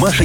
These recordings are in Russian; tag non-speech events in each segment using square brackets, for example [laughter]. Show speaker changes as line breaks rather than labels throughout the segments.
Маша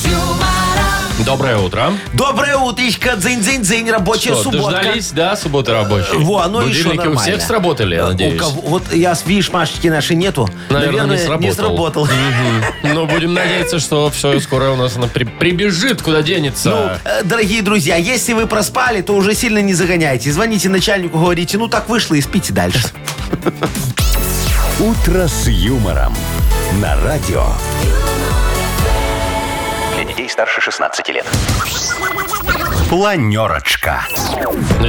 Доброе утро.
Доброе утречко, дзынь-дзынь-дзынь, рабочая
Что,
субботка.
дождались, да, суббота рабочая?
Во, оно еще
Будильники у
нормально.
всех сработали, я
У
надеюсь.
кого- вот я, видишь, Машечки нашей нету.
Наверное, не
не
сработал.
сработал.
Ну, будем надеяться, что все скоро у нас она при- прибежит, куда денется.
[laughs] Э, Дорогие друзья, если вы проспали, то уже сильно не загоняйте. Звоните начальнику, говорите, ну так вышло и спите дальше.
«Утро с юмором» на радио.
Для детей старше 16 лет.
Планерочка.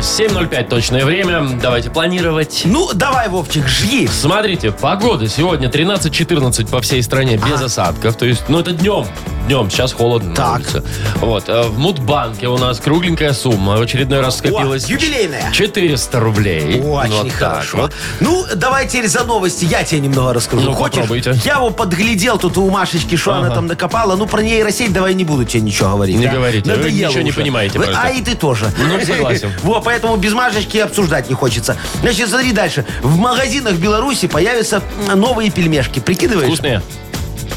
7.05 точное время. Давайте планировать.
Ну, давай, Вовчик, жги.
Смотрите, погода сегодня 13-14 по всей стране, без осадков. То есть, ну это днем. Днем, сейчас холодно на
Так.
улице. Вот, э, в Мудбанке у нас кругленькая сумма. В очередной раз скопилась.
О, юбилейная.
400 рублей.
Очень
Вот так
хорошо.
вот.
Ну, давай теперь за новости. Я тебе немного расскажу.
Ну,
Хочешь?
попробуйте.
Я его подглядел тут у Машечки, что она там накопала. Ну, про нейросеть давай не буду тебе ничего говорить.
Не
да?
говорите, вы
Надоело
ничего не
уже.
понимаете
Вы-
просто.
А и ты тоже.
Ну, согласен.
[laughs] Во, поэтому без Машечки и обсуждать не хочется. Значит, смотри дальше. В магазинах Беларуси появятся м, новые пельмешки. Прикидываешь?
Вкусные?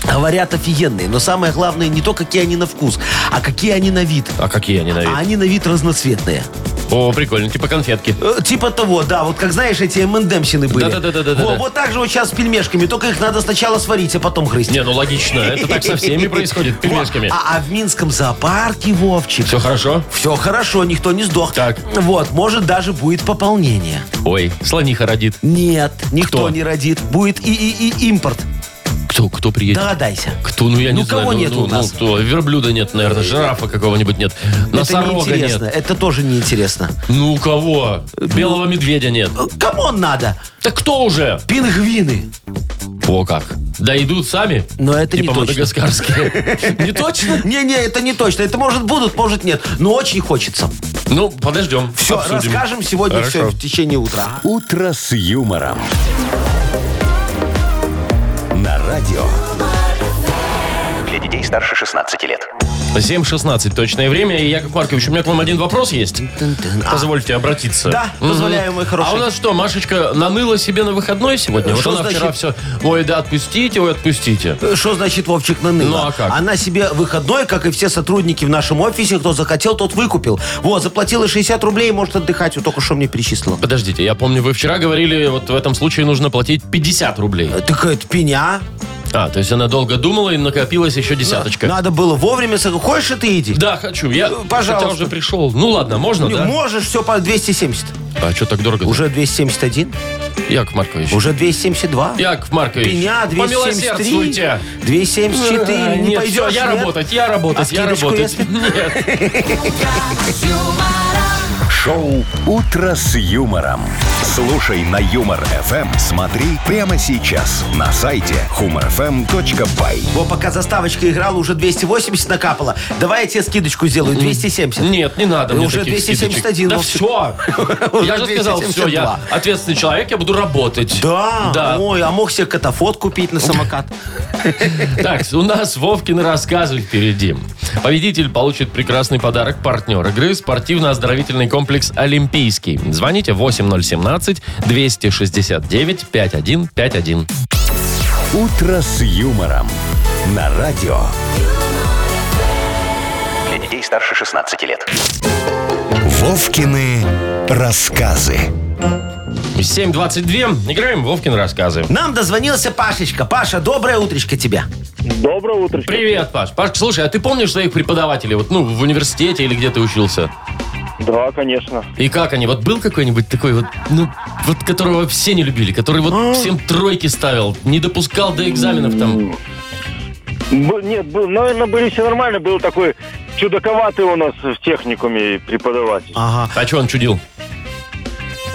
Говорят, офигенные. Но самое главное не то, какие они на вкус, а какие они на вид.
А какие они на вид?
А они на вид разноцветные.
О, прикольно, типа конфетки.
Э, Типа того, да. Вот как знаешь, эти МНДМсины были.
Да-да-да-да-да-да.
Во, Вот так же вот сейчас с пельмешками. Только их надо сначала сварить, а потом грызть.
Не, ну логично, это так со
[laughs]
всеми происходит, пельмешками.
Во, А, а в Минском зоопарке, Вовчик,
Все хорошо?
все хорошо, никто не сдох.
Так.
Вот, может, даже будет пополнение.
Ой, слониха родит.
Нет, никто
Кто?
не родит. Будет и, и, и импорт.
Кто, кто приедет?
Догадайся.
Кто, ну я не
Ну,
знаю.
кого нет
ну,
у нас?
Ну, кто? Верблюда нет, наверное, жирафа какого-нибудь нет.
это
Носорога
неинтересно.
нет.
Это тоже неинтересно.
Ну, кого? Белого медведя нет.
Э, Кому надо?
Так кто уже?
Пингвины.
О, как. Да идут сами?
Но это
Типа
не точно.
мадагаскарские.
[laughs]
Не точно?
Не-не, это не точно. Это может будут, может нет. Но очень хочется.
Ну, подождем.
Все,
обсудим.
расскажем сегодня
Хорошо.
все в течение утра.
«Утро с юмором». На радио.
Для детей старше 16 лет.
7.16 точное время. И, Яков Маркович, у меня к вам один вопрос есть. Позвольте обратиться.
А. Да,
Мгм.
позволяю, мой хороший.
А у нас что, Машечка наныла себе на выходной сегодня? Вот
Что
она
значит?
вчера все, ой, да отпустите, ой, отпустите.
Э, Что значит Вовчик наныла?
Ну, а как?
Она себе выходной, как и все сотрудники в нашем офисе, кто захотел, тот выкупил. Вот, заплатила 60 рублей, может отдыхать. Вот только что мне перечислила.
Подождите, я помню, вы вчера говорили, вот в этом случае нужно платить 50 рублей.
Э, Так это пеня.
А, то есть она долго думала и накопилась еще десяточка.
Надо было вовремя. сог- Хочешь и ты иди?
Да, хочу. Я
Э,
хотя
пожалуйста.
уже пришел. Ну ладно, можно,
Не,
да?
Можешь все по 270.
А что так дорого?
Уже 271,
Яков Маркович.
уже 272.
Яков Маркович.
Пеня 273,
Помилосердствуйте.
274,
А,
не
нет,
пойдешь,
всё, я
нет?
работать, я работать,
А
я
скидочку,
работать.
если?
Нет.
Шоу «Утро с юмором». Слушай на Юмор ФМ. Смотри прямо сейчас на сайте humorfm.by.
Во, пока заставочка играла, уже 280 накапала. Давай я тебе скидочку сделаю, 270.
Нет, не надо
Ну,
мне
уже
таких
271
скидочек. Да все.
[laughs] Уже
Я же сказал, все, я
272.
ответственный человек, я буду работать.
Да?
Да.
Ой, а мог себе катафот купить на самокат?
Так, у нас Вовкины рассказы впереди. Победитель получит прекрасный подарок партнер игры спортивно-оздоровительный комплекс «Олимпийский». Звоните 8017-269-5151.
«Утро с юмором» на радио.
Для детей старше 16 лет.
Вовкины рассказы.
7.22. Играем в Вовкины рассказы.
Нам дозвонился Пашечка. Паша, доброе утречко тебе.
Доброе утро.
Привет, Паш. Паш, слушай, а ты помнишь своих преподавателей? Вот, ну, в университете или где ты учился?
Да, конечно.
И как они? Вот был какой-нибудь такой вот, ну, вот которого все не любили, который вот всем тройки ставил, не допускал до экзаменов там.
Б- нет, был, наверное, были все нормально. Был такой чудаковатый у нас в техникуме преподаватель.
Ага.
А что он чудил?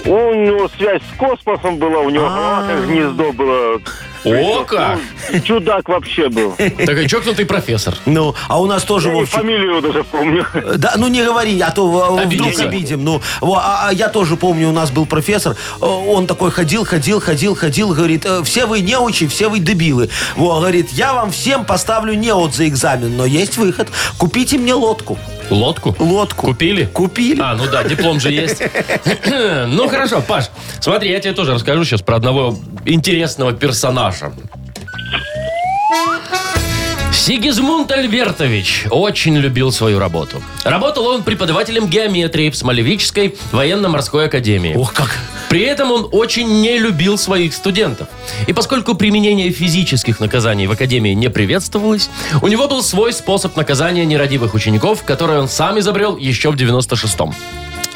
У него связь с космосом была, у него
А.
крылатое гнездо было
О, как!
Ну, Чудак вообще
[laughs]
был.
Такой чокнутый профессор.
Ну, а у нас тоже,
Я и
Вовчик...
фамилию даже помню. [laughs]
Да, ну не говори, а то в- вдруг
Обидится.
обидим. Ну, во, а, а я тоже помню, у нас был профессор, э, он такой ходил, ходил, ходил, ходил, говорит, «Э, все вы неучи, все вы дебилы. Во, говорит, я вам всем поставлю неот за экзамен, но есть выход. Купите мне лодку.
Лодку?
Лодку.
Купили?
Купили.
А, ну да, диплом же есть. Ну хорошо, Паш, смотри, я тебе тоже расскажу сейчас про одного интересного персонажа. Сигизмунд Альбертович очень любил свою работу. Работал он преподавателем геометрии в Смолевической военно-морской академии.
Ох,
[laughs]
как.
При этом он очень не любил своих студентов. И поскольку применение физических наказаний в академии не приветствовалось, у него был свой способ наказания нерадивых учеников, который он сам изобрел еще в 96-м.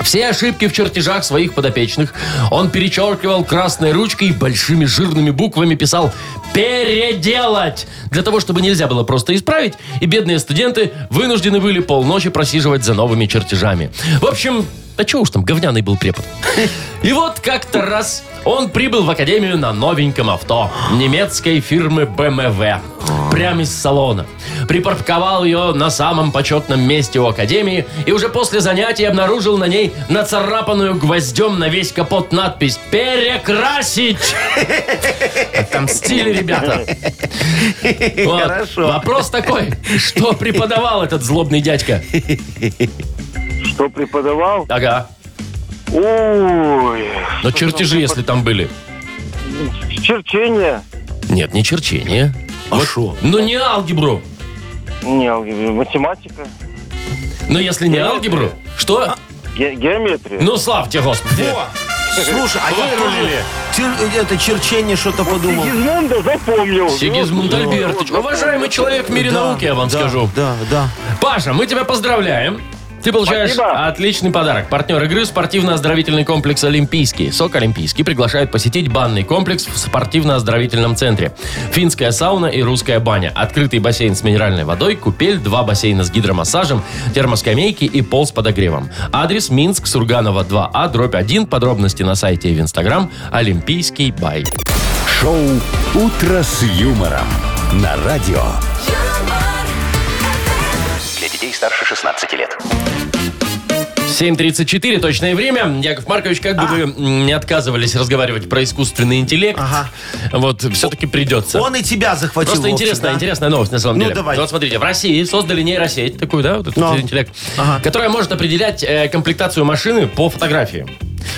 Все ошибки в чертежах своих подопечных он перечеркивал красной ручкой и большими жирными буквами писал «Переделать!» для того, чтобы нельзя было просто исправить, и бедные студенты вынуждены были полночи просиживать за новыми чертежами. В общем, да чего уж там, говняный был препод. И вот как-то раз он прибыл в академию на новеньком авто немецкой фирмы БМВ. Прямо из салона. Припарковал ее на самом почетном месте у академии и уже после занятий обнаружил на ней нацарапанную гвоздем на весь капот надпись
[laughs]
«Перекрасить!» Отомстили ребята. Вот. Вопрос такой, что преподавал этот злобный дядька?
Что преподавал?
Ага.
Ой. Ну,
Но чертежи, если там были.
Черчение.
Нет, не черчение.
А шо?
Ну не алгебру.
Не, алгебра, математика.
Ну, если не алгебру, что?
Ге- геометрия.
Ну, славьте, Господи.
Во! Слушай, а я тоже чер- это черчение что-то
Ну,
подумал.
Сигизмунда запомнил. Ну,
Сигизмунд Альбертович, уважаемый человек в мире
Да,
науки, я вам
да,
скажу.
Да, да.
Паша, мы тебя поздравляем. Ты получаешь
Спасибо.
отличный подарок. Партнер игры – спортивно-оздоровительный комплекс «Олимпийский». СОК «Олимпийский» приглашает посетить банный комплекс в спортивно-оздоровительном центре. Финская сауна и русская баня. Открытый бассейн с минеральной водой, купель, два бассейна с гидромассажем, термоскамейки и пол с подогревом. Адрес Минск, Сурганова 2А, дробь 1. Подробности на сайте и в Инстаграм «Олимпийский бай».
Шоу «Утро с юмором» на радио.
юмор,
Для детей старше 16 лет.
7.34 точное время. Яков Маркович, как
А.
бы вы м, не отказывались разговаривать про искусственный интеллект,
Ага.
вот все-таки придется.
Он и тебя захватил.
Просто
Вовчик,
интересная,
да?
интересная новость на самом
Ну,
деле.
давай.
Вот смотрите, в России создали нейросеть, такую, да, вот этот
Ну.
интеллект,
Ага.
которая может определять э, комплектацию машины по фотографии.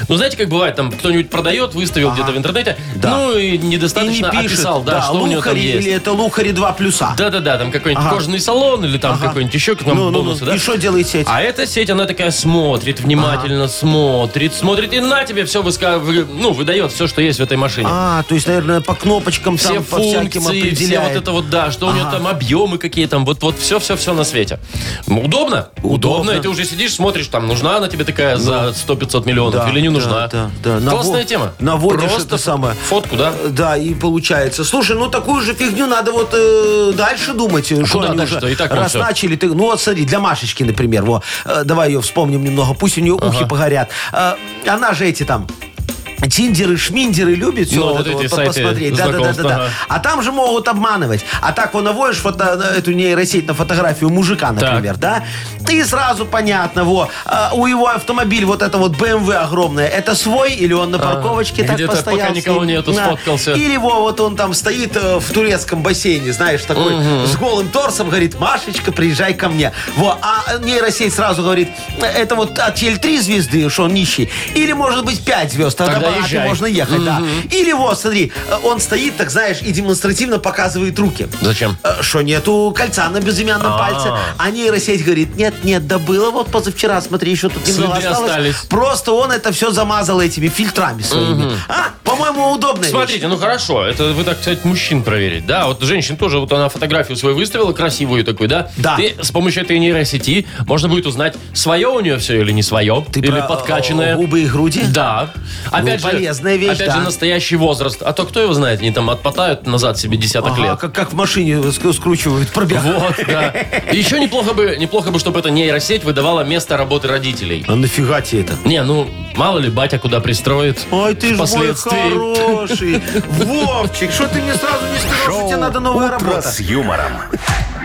Ну, знаете, как бывает, там кто-нибудь продает, выставил где-то в интернете,
Да.
ну и
И не
недостаточно
пишет,
описал, да, что у него там
лухари,
есть.
или это лухари 2 плюса.
Да-да-да, там какой-нибудь
Ага.
кожаный салон или там
Ага.
какой-нибудь еще там
Ну, ну,
бонусы,
ну,
да?
и что делает сеть?
А эта сеть, она такая смотрит, внимательно смотрит, смотрит, и на тебе все выска... вы- ну, выдает все, что есть в этой машине.
А, то есть, наверное, по кнопочкам
все
там, по
функции,
всяким
все вот
определяет.
это вот, да, что у нее
Ага.
там объемы какие там, вот, вот все, все, все на свете. Ну, Удобно?
Удобно. Ну,
И ты уже сидишь, смотришь, там, нужна она тебе такая за 100-500 миллионов
Да,
или не
да,
нужна.
да, да. Наво-
Классная тема.
наводишь
Просто
это самое.
фотку, да?
Да, и получается. Слушай, ну такую же фигню надо вот э, дальше думать. что
А куда
они
дальше-то?
уже
И так вон
раз
всё.
начали, ты, ну вот смотри, для Машечки, например, во, э, давай ее вспомним немного, пусть у нее ухи погорят. Э, она же эти там Тиндеры, шминдеры любит все
Ну, вот эти сайты
посмотреть. Да, да, да, да,
знакомств,
да.
ага.
А там же могут обманывать. А так вот наводишь фото, эту нейросеть на фотографию мужика, например, да? И сразу понятно, во, а, у его автомобиль, вот это вот BMW огромное, это свой или он на парковочке так
где-то
постоял?
пока
с ним?
никого нету, сфоткался.
И или во, вот он там стоит э, в турецком бассейне, знаешь, такой с голым торсом, говорит, Машечка, приезжай ко мне. Во, а нейросеть сразу говорит, это вот отель три звезды, что он нищий, или может быть пять звезд, а тогда,
Тогда
по Анапе
езжай.
можно ехать, да. Или вот, смотри, э, он стоит, так знаешь, и демонстративно показывает руки.
Зачем?
Э, Что нету кольца на безымянном
А.
пальце. А нейросеть говорит, нет, нет, да было вот позавчера, смотри, еще тут
Следы
немного осталось.
остались.
Просто он это все замазал этими фильтрами своими. А, по-моему, удобно.
Смотрите, ну хорошо, это вы так, кстати, мужчин проверить, да? Вот женщин тоже, вот она фотографию свою выставила, красивую такую, да?
Да.
И с помощью этой нейросети можно будет узнать, свое у нее все или не свое,
Ты
или
про, э,
подкачанное.
губы и груди? Ну,
Да. Опять опять же,
полезная вещь,
опять
да.
же, настоящий возраст. А то кто его знает, они там отмотают назад себе десяток
Ага,
лет.
Как, как в машине ск- скручивают пробег.
Вот, да. И еще неплохо бы, неплохо бы, чтобы эта нейросеть выдавала место работы родителей.
А нафига тебе это?
Не, ну, мало ли, батя куда пристроит.
Ой, ты ж мой
впоследствии.
хороший. Вовчик, что ты мне сразу не сказал, что тебе надо новая
«Утро
работа?
с юмором.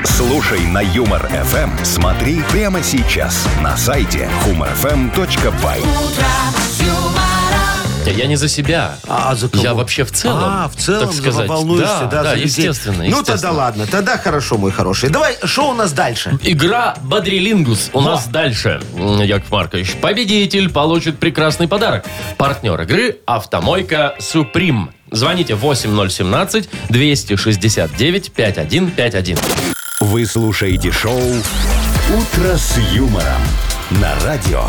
Слушай на Юмор ФМ. Смотри прямо сейчас на сайте humorfm.by.
Я не за себя.
А за кого?
Я вообще в целом,
А, в целом
так сказать.
волнуешься, да,
да,
за людей.
естественно,
Ну тогда
естественно.
ладно, тогда хорошо, мой хороший. Давай, что у нас дальше?
Игра «Бодрилингус» у нас дальше, м, Яков Маркович. Победитель получит прекрасный подарок. Партнер игры «Автомойка Суприм». Звоните 8017-269-5151.
Вы слушаете шоу «Утро с юмором» на радио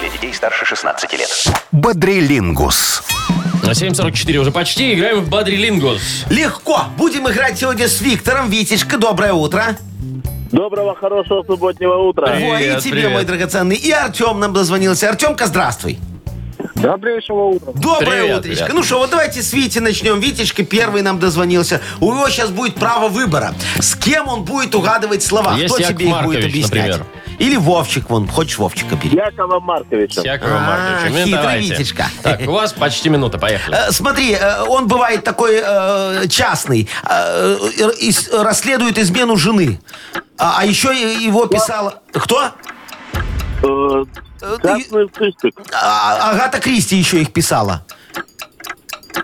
Для детей старше 16 лет.
«Бодрилингус».
На 7.44 уже почти играем в «Бодрилингус».
Легко. Будем играть сегодня с Виктором. Витечка, доброе утро.
Доброго, хорошего субботнего утра.
Во, и
Привет,
тебе,
привет.
мой драгоценный. И Артем нам дозвонился. Артемка, здравствуй.
Добрейшего утра.
Доброе
Привет,
утречко.
привет.
Ну что, вот давайте с Вити начнем. Витечка первый нам дозвонился. У него сейчас будет право выбора. С кем он будет угадывать слова?
Есть
Кто
Яков
тебе их будет
Маркович,
объяснять?
например.
Или Вовчик вон. Хочешь Вовчика перейти?
Якова Марковича.
Якова
А,
Марковича. Ну,
хитрый
давайте.
Витечка.
Так, у вас почти минута, поехали.
Э, Смотри, э, он бывает такой э, частный, э, и с- расследует измену жены. А, а еще и- его писала... Кто?
Э, Красный сыщик.
А- Агата Кристи еще их писала.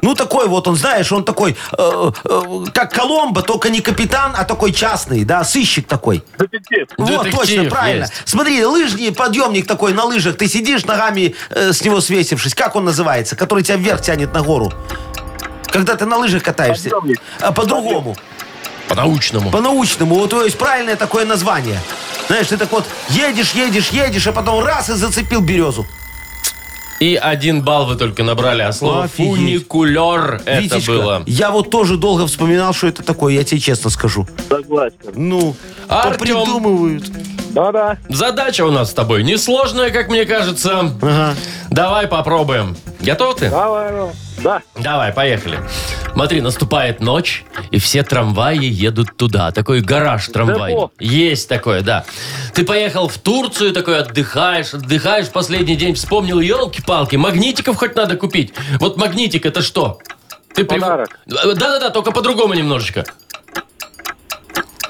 Ну, такой вот он, знаешь, он такой, э, э, как Коломбо, только не капитан, а такой частный, да, сыщик такой.
Детектив.
вот,
Детектив
точно, правильно.
есть.
Смотри, лыжный подъемник такой на лыжах, ты сидишь ногами э, с него свесившись. Как он называется? Который тебя вверх тянет на гору. Когда ты на лыжах катаешься.
Подъемник.
А, по-другому.
По-научному.
По-научному. Вот то есть правильное такое название. Знаешь, ты так вот едешь, едешь, едешь, а потом раз и зацепил березу.
И один балл вы только набрали, а слово
Офигеть.
«фуникулер» это
Витечка,
было.
Я вот тоже долго вспоминал, что это такое, я тебе честно скажу.
Согласен.
Ну,
Артем.
придумывают.
Да-да.
Задача у нас с тобой несложная, как мне кажется. Давай попробуем. Готов ты?
Давай, ну. Да.
Давай, поехали. Смотри, наступает ночь, и все трамваи едут туда. Такой гараж трамвай.
Депо.
Есть такое, да. Ты поехал в Турцию, такой отдыхаешь, отдыхаешь, последний день вспомнил, елки-палки, магнитиков хоть надо купить. Вот магнитик это что? Ты прив-
Подарок.
Да-да-да, только по-другому немножечко.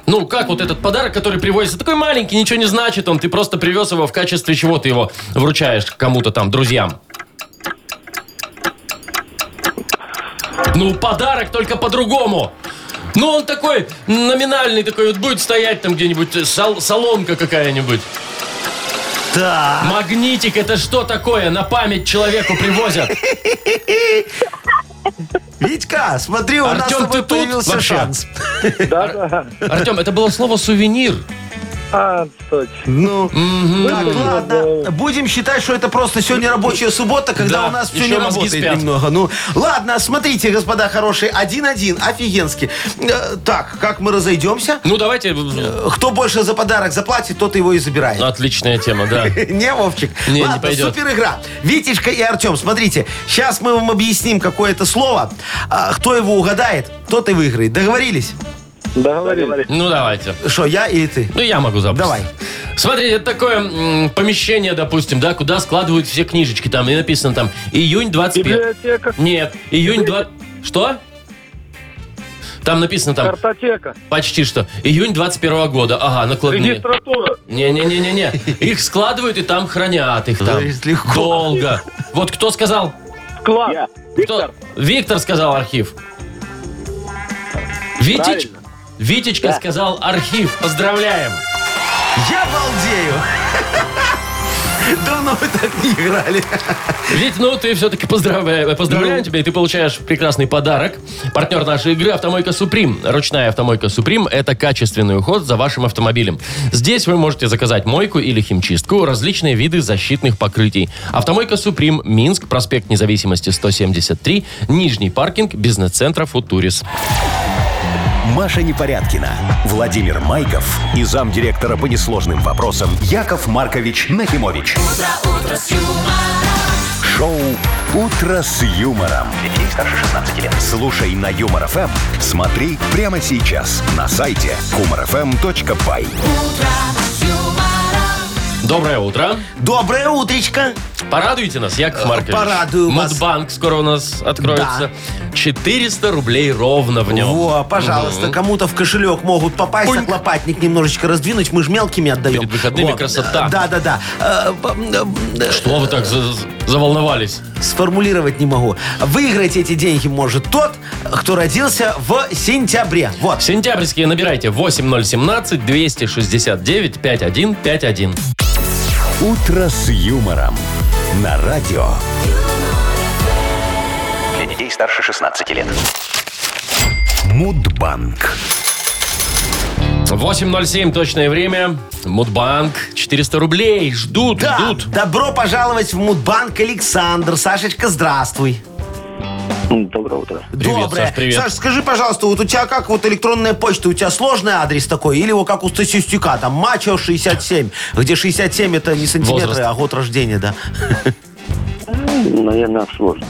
Ну, как вот этот подарок, который привозится, такой маленький, ничего не значит он, ты просто привез его в качестве чего ты его вручаешь кому-то там, друзьям. Ну, подарок только по-другому. Ну, он такой номинальный такой, вот будет стоять там где-нибудь, э, сал- соломка какая-нибудь.
Да.
Магнитик, это что такое? На память человеку привозят.
Витька, смотри, у нас с
Артем,
тобой
ты тут
появился
вообще?
шанс.
Да-да.
Артем, это было слово сувенир.
А, точно.
Ну,
Мгм.
так,
Мгм.
ладно, будем считать, что это просто сегодня рабочая суббота, когда
Да,
у нас все
еще
не
мозги
работает
спят.
немного. Ну, ладно, смотрите, господа хорошие, один-один, офигенски. Э, так, как мы разойдемся?
Ну, давайте... э,
Кто больше за подарок заплатит, тот его и забирает.
Отличная тема, да.
[laughs] Не, Вовчик.
Не, не
Ладно,
пойдет.
супер игра. Витечка и Артем, смотрите, сейчас мы вам объясним какое-то слово. А, кто его угадает, тот и выиграет. Договорились?
Договорились.
Ну, давайте.
Что, я или ты?
Ну, я могу запустить.
Давай.
Смотрите, это такое м, помещение, допустим, да, куда складывают все книжечки. Там и написано там июнь 25.
Библиотека.
Нет, июнь 2... Что? Там написано там
Картотека.
почти что. Июнь 21 года. Ага, накладные.
Регистратура.
Не-не-не-не-не. Их складывают и там хранят их там.
Говорит, легко.
Долго. Вот кто сказал?
Склад.
Кто? Виктор сказал архив. Витич...
Правильно.
Витечка сказал архив. Поздравляем.
Я балдею. [laughs] Давно мы так не играли.
Ведь, ну, ты все-таки поздравляем, э,
Ну.
поздравляем тебя, и ты получаешь прекрасный подарок. Партнер нашей игры «Автомойка Суприм». Ручная «Автомойка Суприм» — это качественный уход за вашим автомобилем. Здесь вы можете заказать мойку или химчистку, различные виды защитных покрытий. «Автомойка Суприм», Минск, проспект Независимости, 173, Нижний паркинг, бизнес-центра «Футурис».
Маша Непорядкина, Владимир Майков и замдиректора по несложным вопросам Яков Маркович Нахимович. Утро, Шоу «Утро с юмором».
Для детей старше 16 лет.
Слушай на Юмор ФМ. Смотри прямо сейчас на сайте humorfm.by.
Доброе утро.
Доброе утречко.
Порадуйте нас, Яков
Э,
Маркович.
порадую вас.
Мудбанк скоро у нас откроется. 400 рублей ровно в нем.
Во, пожалуйста, кому-то в кошелек могут попасть, так лопатник немножечко раздвинуть, мы же мелкими отдаем.
Перед выходными
Во.
красота.
Да, да, да. Э, п- м, э,
Что вы так за- за- заволновались?
Сформулировать не могу. Выиграть эти деньги может тот, кто родился в сентябре. Вот.
Сентябрьские набирайте 8017-269-5151.
«Утро с юмором» на радио.
Для детей старше 16 лет.
Мудбанк.
8.07 точное время. Мудбанк. 400 рублей. Ждут,
Да,
ждут.
добро пожаловать в Мудбанк, Александр. Сашечка, здравствуй.
Ну, Доброе утро.
Привет, Саш, привет.
Саш, скажи, пожалуйста, вот у тебя как вот электронная почта, у тебя сложный адрес такой, или вот как у статистика, там, мачо 67, где 67 это не сантиметры,
Возраст.
а год рождения, да.
Наверное, сложно.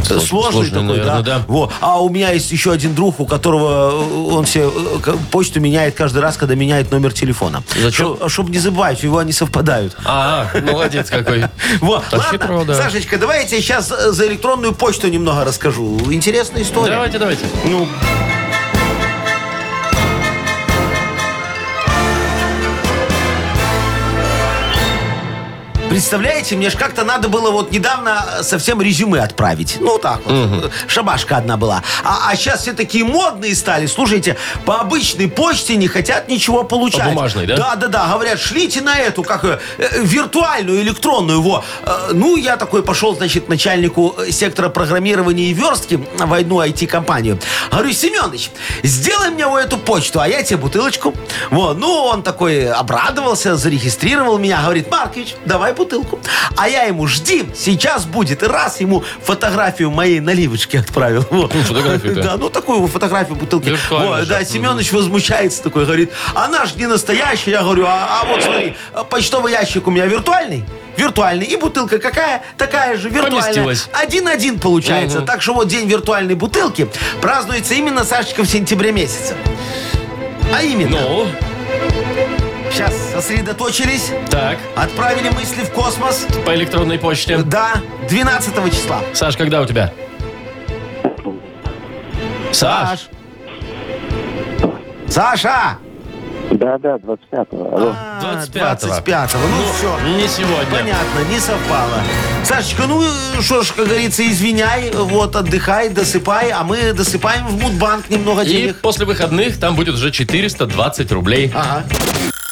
Слож-
Сложный
сложный,
такой,
наверное,
да.
да.
Во. А у меня есть еще один друг, у которого э, он все э, к- почту меняет каждый раз, когда меняет номер телефона.
Зачем?
Чтобы не забывать, его они совпадают.
А, молодец
[laughs]
какой.
Вот,
Так
ладно,
хитро, да.
Сашечка, давай я тебе сейчас за электронную почту немного расскажу. Интересная история.
Давайте, давайте.
Ну, Представляете, мне же как-то надо было вот недавно э, совсем резюме отправить. Ну, так вот. Шабашка одна была. А, сейчас все такие модные стали. Слушайте, по обычной почте не хотят ничего получать.
бумажной, да?
Да, да, да. Э, а, Говорят, шлите на эту, как ее, э, виртуальную, электронную. Во. Э, Ну, я такой пошел, значит, начальнику э, сектора программирования и верстки в одну IT-компанию. Говорю, Семенович, сделай мне вот эту почту, а я тебе бутылочку. Вот. Ну, он такой обрадовался, зарегистрировал меня. Говорит, Маркович, давай бутылку. А я ему, жди, сейчас будет. И раз ему фотографию моей наливочки отправил. Во.
фотографию-то?
Да, ну, такую фотографию бутылки.
Виртуально
Во,
же.
Да,
Мгм.
Семенович возмущается такой, говорит, она же не настоящая. Я говорю, а, а вот смотри, почтовый ящик у меня виртуальный. Виртуальный. И бутылка какая? Такая же, виртуальная.
Поместилась.
Один-один получается.
Мгм.
Так что вот день виртуальной бутылки празднуется именно, Сашечка, в сентябре месяце. А именно,
Ну,
сейчас сосредоточились,
так,
отправили мысли в космос.
по электронной почте.
Да, 12 числа.
Саш, когда у тебя? Саш,
Саша!
Да, да, 25-го. Алло.
А,
25-го.
25-го. Ну, все.
не сегодня.
Понятно, не совпало. Сашечка, ну что ж, как говорится, извиняй, вот отдыхай, досыпай, а мы досыпаем в Мудбанк немного
И
денег.
после выходных там будет уже 420 рублей.
Ага.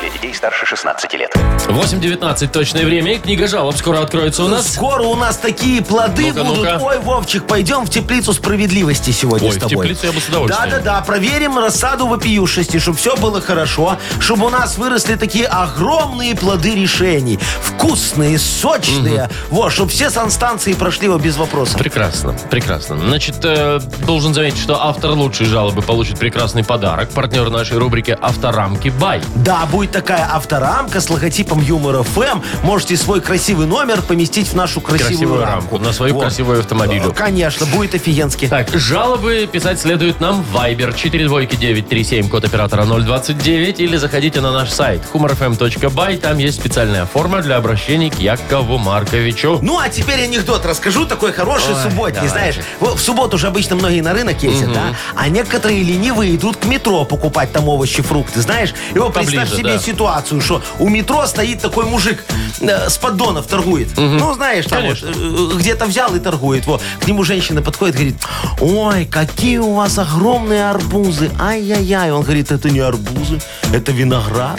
Для детей старше 16 лет.
8.19 точное время. И книга жалоб скоро откроется у нас.
Скоро у нас такие плоды
Ну-ка,
будут.
ну-ка.
Ой, Вовчик, пойдем в теплицу справедливости сегодня
Ой,
с
в
тобой.
теплицу я бы с удовольствием.
Да-да-да, проверим рассаду вопиюшести, чтобы все было хорошо, чтобы у нас выросли такие огромные плоды решений. Вкусные, сочные. Вот, чтобы все санстанции прошли его без вопросов.
Прекрасно, прекрасно. Значит, э, должен заметить, что автор лучшей жалобы получит прекрасный подарок. Партнер нашей рубрики «Авторамки Бай».
Да, будет такая авторамка с логотипом Юмор ФМ. Можете свой красивый номер поместить в нашу красивую,
Красивую рамку, на свою красивую автомобилю.
Конечно, будет офигенски.
Так, жалобы писать следует нам в Viber 42937, код оператора 029, или заходите на наш сайт humorfm.by, там есть специальная форма для обращений к Якову Марковичу.
Ну, а теперь анекдот расскажу, такой хороший
Ой,
субботний,
давайте.
знаешь. В в субботу же обычно многие на рынок ездят, да? А некоторые ленивые идут к метро покупать там овощи, фрукты, знаешь? И вот
Поближе,
представь себе
да.
ситуацию, что у метро стоит такой мужик э, с поддонов торгует. Ну, знаешь, там вот,
Конечно.
э, э, где-то взял и торгует. Вот. К нему женщина подходит, говорит, ой, какие у вас огромные арбузы, ай-яй-яй. Он говорит, это не арбузы, это виноград.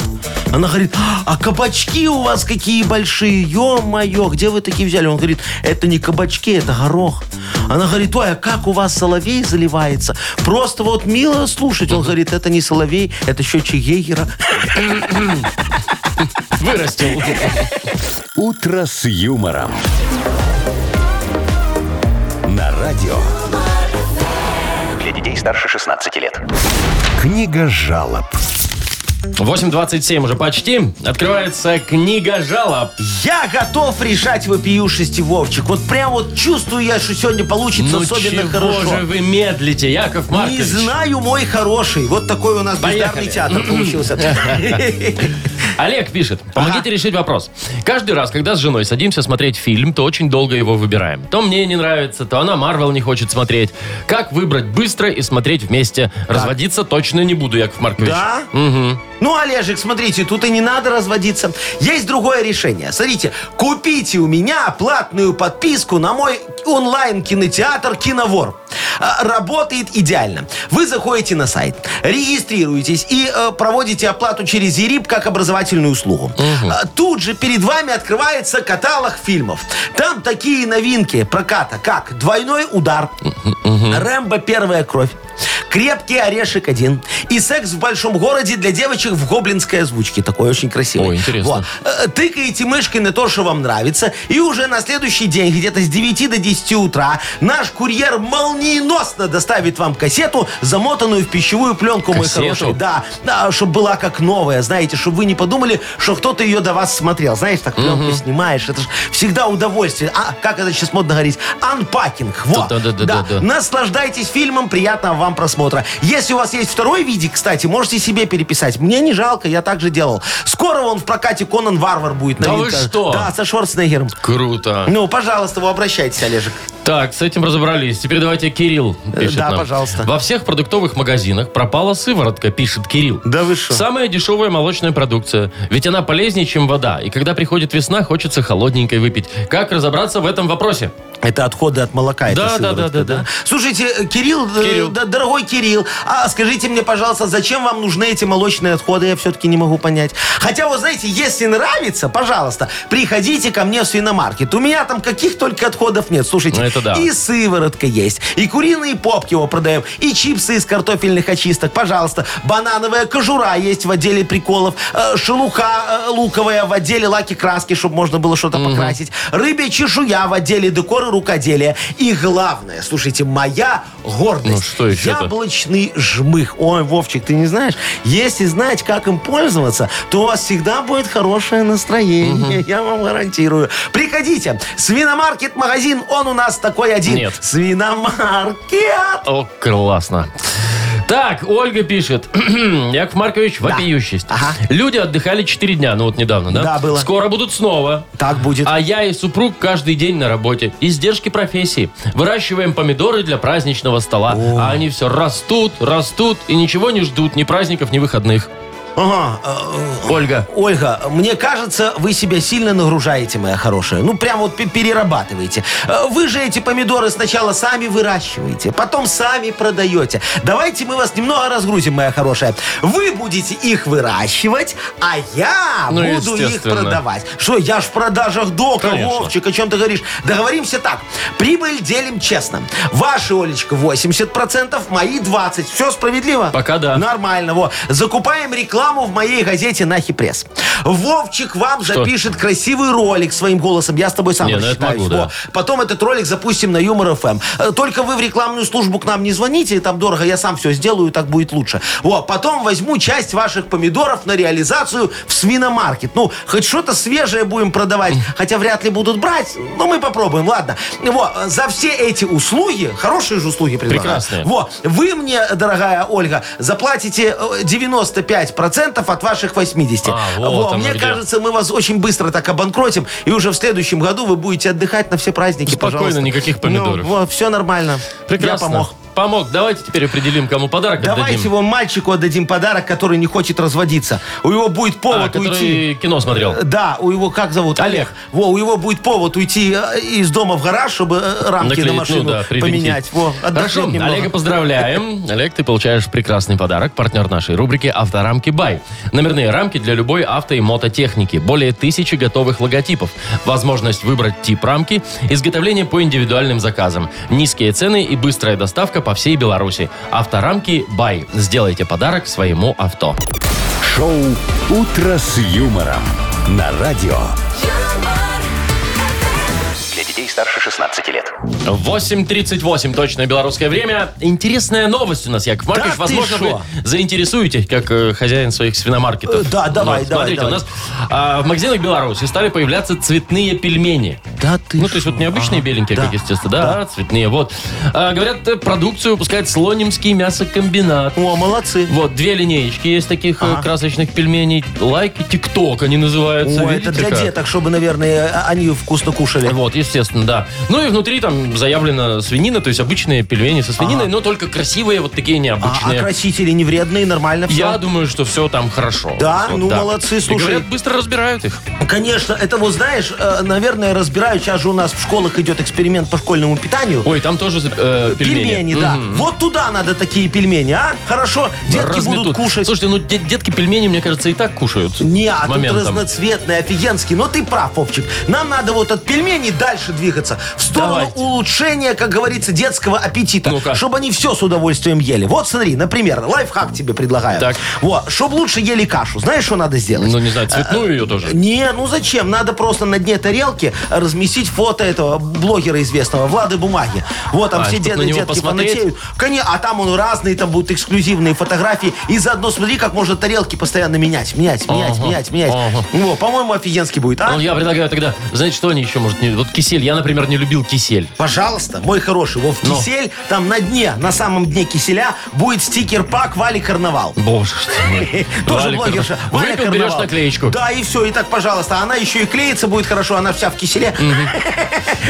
Она говорит, а кабачки у вас какие большие, ё-моё, где вы такие взяли? Он говорит, это не кабачки, это горох. Она говорит, ой, а как у вас соловей заливается? Просто вот мило слушать. Он говорит, это не соловей, это счетчик Егера.
Вырастил.
«Утро с юмором» на радио.
Для детей старше 16 лет.
Книга жалоб.
8.27 уже почти. Открывается книга жалоб.
Я готов решать вопиюшести Вовчик. Вот прям вот чувствую я, что сегодня получится
ну
особенно
чего
хорошо.
же вы медлите, Яков Маркович?
Не знаю, мой хороший. Вот такой у нас
Поехали.
бездарный театр получился.
[laughs] Олег пишет. Помогите решить вопрос. Каждый раз, когда с женой садимся смотреть фильм, то очень долго его выбираем. То мне не нравится, то она Марвел не хочет смотреть. Как выбрать быстро и смотреть вместе? Разводиться точно не буду, Яков Маркович.
Да? Ну, Олежек, смотрите, тут и не надо разводиться. Есть другое решение. Смотрите, купите у меня платную подписку на мой онлайн-кинотеатр «Киновор». А, Работает идеально. Вы заходите на сайт, регистрируетесь и э, проводите оплату через ЕРИП как образовательную услугу. А, Тут же перед вами открывается каталог фильмов. Там такие новинки проката, как «Двойной удар», «Рэмбо. Первая кровь», «Крепкий орешек один» и «Секс в большом городе» для девочек в гоблинской озвучке. Такой очень красивый.
Ой, интересно.
Вот. Э, Тыкаете мышкой на то, что вам нравится, и уже на следующий день, где-то с 9 до 10 утра, наш курьер молниеносно доставит вам кассету, замотанную в пищевую пленку, мой
Кассету?
хороший. Да, да чтобы была как новая, знаете, чтобы вы не подумали, что кто-то ее до вас смотрел. Знаешь, так пленку снимаешь, это же всегда удовольствие. А, как это сейчас модно говорить? Анпакинг. Вот.
Да-да-да-да-да.
Наслаждайтесь фильмом, приятного вам просмотра. Если у вас есть второй видик, кстати, можете себе переписать. Мне не жалко, я так же делал. Скоро он в прокате Конан Варвар будет.
Да
новинка.
вы что?
Да, со Шварценеггером.
Круто.
Ну, пожалуйста, вы обращайтесь, Олежек.
Так, с этим разобрались. Теперь давайте Кирилл пишет
Э, да,
нам.
пожалуйста.
Во всех продуктовых магазинах пропала сыворотка, пишет Кирилл.
Да вы что?
Самая дешевая молочная продукция. Ведь она полезнее, чем вода. И когда приходит весна, хочется холодненькой выпить. Как разобраться в этом вопросе?
Это отходы от молока. эта
Да, да,
сыворотка,
да, да, да.
Слушайте, э, Кирилл, э,
Кирилл.
да, дорогой Кирилл, а скажите мне, пожалуйста, зачем вам нужны эти молочные отходы? Я все-таки не могу понять. Хотя, вот знаете, если нравится, пожалуйста, приходите ко мне в свиномаркет. У меня там каких только отходов нет. Слушайте,
Ну, это да.
и сыворотка есть, и куриные попки его продаем, и чипсы из картофельных очисток. Пожалуйста, банановая кожура есть в отделе приколов, э, шелуха э, луковая в отделе лаки-краски, чтобы можно было что-то покрасить, рыбья чешуя в отделе декора рукоделия. И главное, слушайте, моя гордость.
Ну, что еще-то?
Яблочный жмых. Ой, Вовчик, ты не знаешь? Если знать, как им пользоваться, то у вас всегда будет хорошее настроение. Я вам гарантирую. Приходите. Свиномаркет-магазин, он у нас такой один.
Нет.
Свиномаркет.
О, классно. Так, Ольга пишет. [clears throat] Яков Маркович, вопиющесть.
Ага.
Люди отдыхали 4 дня, ну вот недавно, да?
Да, было.
Скоро будут снова.
Так будет.
А я и супруг каждый день на работе. Издержки профессии. Выращиваем помидоры для праздничного стола. А они все растут, растут и ничего не ждут. Ни праздников, ни выходных.
Ага, э,
Ольга.
Ольга, мне кажется, вы себя сильно нагружаете, моя хорошая. Ну, прям вот пе- перерабатываете. Э, Вы же эти помидоры сначала сами выращиваете, потом сами продаете. Давайте мы вас немного разгрузим, моя хорошая. Вы будете их выращивать, а я
Ну,
буду их
естественно.
продавать. Что, я ж в продажах дока,
Конечно.
Вовчик, о чем ты говоришь? Договоримся так. Прибыль делим честно. Ваши, Олечка, 80%, мои 20%. Все справедливо?
Пока да.
Нормально, во. Закупаем рекламу в моей газете «Нахи Пресс». Вовчик вам запишет красивый ролик своим голосом. Я с тобой сам
Не, ну это
рассчитаюсь.
могу, да.
Во. Потом этот ролик запустим на Юмор ФМ. Э, Только вы в рекламную службу к нам не звоните, там дорого, я сам все сделаю, так будет лучше. Вот, потом возьму часть ваших помидоров на реализацию в свиномаркет. Ну, хоть что-то свежее будем продавать, хотя вряд ли будут брать, но мы попробуем, ладно. Вот, за все эти услуги, хорошие же услуги предлагаю.
Прекрасные.
Во, вы мне, дорогая Ольга, заплатите э, 95% от ваших 80.
А, вот
Во,
оно
мне
где.
кажется, мы вас очень быстро так обанкротим, и уже в следующем году вы будете отдыхать на все праздники,
Спокойно,
пожалуйста.
никаких помидоров.
Ну, вот, все нормально.
Прекрасно.
Я помог.
Помог. Давайте теперь определим, кому подарок
Давайте
отдадим.
его мальчику отдадим подарок, который не хочет разводиться. У него будет
А,
повод уйти. Э,
который кино смотрел.
Да, у его, как зовут?
Олег.
Во, у него будет повод уйти э, из дома в гараж, чтобы э, рамки
Наклеить,
на
ну
машину
да, привинтить.
поменять. Во, отдохнем
Хорошо,
немного.
Олега
[laughs]
поздравляем. Олег, ты получаешь прекрасный подарок. Партнер нашей рубрики «Авторамки Бай». Номерные рамки для любой авто и мототехники. Более тысячи готовых логотипов. Возможность выбрать тип рамки. Изготовление по индивидуальным заказам. Низкие цены и быстрая доставка по всей Беларуси. «Авторамки Бай». Сделайте подарок своему авто.
Шоу «Утро с юмором» на радио.
юмор,
Для детей детей старше 16 лет.
8.38, точное белорусское время. Интересная новость у нас, Яков Маркович.
ты
Возможно,
шо?
вы заинтересуете, как э, хозяин своих свиномаркетов.
Э, да, давай,
Ну,
давай,
Смотрите,
давай.
у нас а, в магазинах Беларуси стали появляться цветные пельмени.
Да ты
Ну, то есть
шо?
вот не обычные
Ага,
беленькие,
да.
как естественно, да, цветные, вот. А, говорят, э, продукцию выпускает Слонимский мясокомбинат.
О, молодцы.
Вот, две линеечки есть таких э,
Ага.
красочных пельменей. Лайк и ТикТок они называются.
О,
видите
это для
как?
деток, чтобы, наверное, а- они вкусно кушали.
Вот, естественно, да. Ну и внутри там заявлена свинина, то есть обычные пельмени со свининой, но только красивые, вот такие
А, а
необычные.
красители не вредные, нормально все?
Я думаю, что все там хорошо.
Да?
Вот
Ну, молодцы,
И
слушай.
говорят, быстро разбирают их.
Конечно, это вот знаешь, э, наверное, разбираю. Сейчас же у нас в школах идет эксперимент по школьному питанию.
Ой, там тоже э, пельмени.
да.
Мгм.
Вот туда надо такие пельмени, а? Хорошо, детки
Разметут.
будут кушать.
Слушайте, ну де- детки пельмени, мне кажется, и так кушают.
Не,
С
а тут
моментом.
разноцветные, офигенские. Но ты прав, Вовчик. Нам надо вот от пельменей дальше двигаться. В сторону
Давайте.
улучшения, как говорится, детского аппетита.
Ну-ка.
Чтобы они все с удовольствием ели. Вот смотри, например, лайфхак тебе предлагаю.
Так.
Вот, чтобы лучше ели кашу. Знаешь, что надо сделать?
Ну, не знаю, цветную ее тоже.
Не, ну зачем? Надо просто на дне тарелки разместить фото этого блогера известного, Влады Бумаги. Вот там
А,
все
чтоб
деды,
на него
детки
посмотреть?
фанатеют. Коне- а там он разные, там будут эксклюзивные фотографии. И заодно смотри, как можно тарелки постоянно менять, менять, менять,
Ага,
менять, менять.
ага.
Ну, по-моему, офигенский будет, а?
Ну, я предлагаю тогда, знаете, что они еще, может, не... вот кисель. Я, например, не любил кисель.
Пожалуйста, мой хороший, Вов,
Ну.
кисель, там на дне, на самом дне киселя будет стикер-пак Вали Карнавал.
Боже что мой.
[laughs] Тоже
Валя
блогерша.
Карнавал.
Валя
Выпил, берешь
Карнавал.
наклеечку.
Да, и все, и так, пожалуйста. Она еще и клеится будет хорошо, она вся в киселе. [laughs]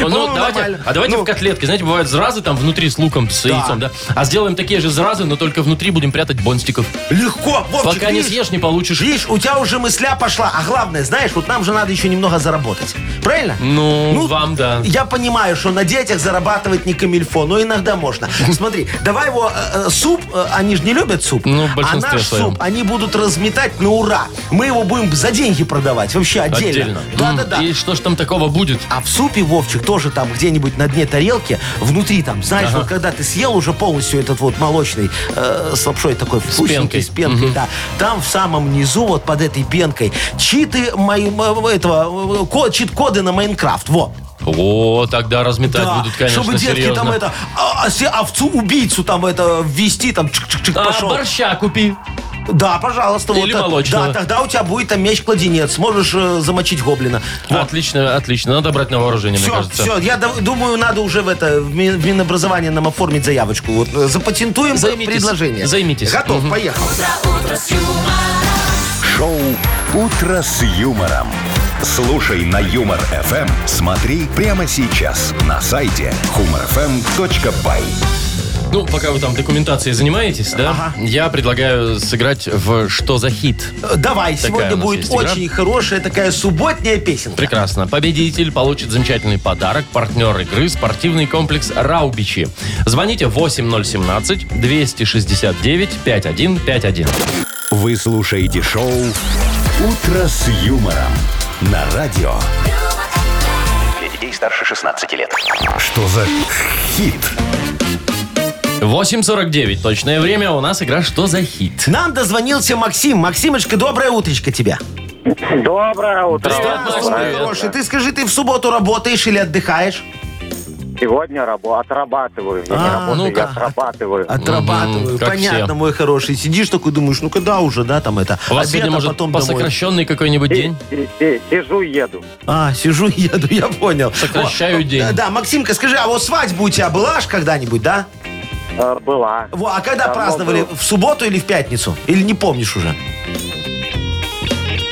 Ну,
Ну,
давайте,
нормально.
а давайте
Ну.
в котлетке. Знаете, бывают зразы там внутри с луком, с яйцом, да? А сделаем такие же зразы, но только внутри будем прятать бонстиков.
Легко, Вовчик,
Пока не
видишь?
съешь, не получишь.
Видишь, у тебя уже мысля пошла. А главное, знаешь, вот нам же надо еще немного заработать. Правильно?
Ну, вам да.
Я понимаю, что на детях зарабатывать не камильфо, но
[laughs]
иногда можно. Смотри, давай его э, э, суп, э, они же не любят суп.
Ну, в большинстве
А наш
своем.
суп они будут разметать на ура. Мы его будем за деньги продавать, вообще отдельно.
М,
Да-да-да.
И что ж там такого будет?
А в супе, Вовчик, тоже там где-нибудь на дне тарелки, внутри там, знаешь, вот когда ты съел уже полностью этот вот молочный э, с лапшой такой вкусненький,
пенкой.
с пенкой, да, там в самом низу, вот под этой пенкой, читы мои, м- м- этого, э, ко- чит-коды на Майнкрафт, вот.
О, тогда разметать
Да,
будут, конечно,
чтобы детки
серьезно.
там это, а, а се- овцу-убийцу там это ввести, там чик-чик-чик
А,
пошел.
борща купи.
Да, пожалуйста.
Или
вот, э,
молочного.
Да, тогда у тебя будет там меч-кладенец, сможешь э, замочить гоблина. Во.
Отлично, отлично. Надо брать на вооружение,
Все,
мне кажется.
все, я дав- думаю, надо уже в это в Мин- в Минобразование нам оформить заявочку. Вот, э, запатентуем
Займитесь,
предложение.
займитесь.
Готов,
Мгм.
поехал.
Шоу «Утро с юмором». Слушай на Юмор ФМ. Смотри прямо сейчас на сайте humorfm.by.
Ну, пока вы там документацией занимаетесь, да, я предлагаю сыграть в «Что за хит?».
Э, Давай,
Такая
сегодня
у нас
будет
есть игра.
очень хорошая такая субботняя песенка.
Прекрасно. Победитель получит замечательный подарок. Партнер игры – спортивный комплекс «Раубичи». Звоните 8017-269-5151.
Вы слушаете шоу «Утро с юмором» на радио.
Для детей старше 16 лет.
Что за хит?
8.49. Точное время. У нас игра «Что за хит?».
Нам дозвонился Максим. Максимочка, доброе утречко тебе.
Доброе утро.
Привет, Макс,
Мой
привет.
хороший, ты скажи, ты в субботу работаешь или отдыхаешь?
Сегодня рабо- отрабатываю. Я не
А,
работаю,
ну-ка.
я отрабатываю.
Отрабатываю.
как
Понятно,
все.
мой хороший. Сидишь такой, думаешь, ну когда уже, да, там это.
У вас
обед,
сегодня,
а
может,
потом
по
домой.
сокращенный какой-нибудь день?
Си- си- Сижу, еду.
А, сижу, [laughs] еду, я понял.
Сокращаю
О,
день.
Да, да, Максимка, скажи, а вот свадьба у тебя была ж когда-нибудь, да?
Э, Была.
Во, а когда
Давно
праздновали?
было.
В субботу или в пятницу? Или не помнишь уже?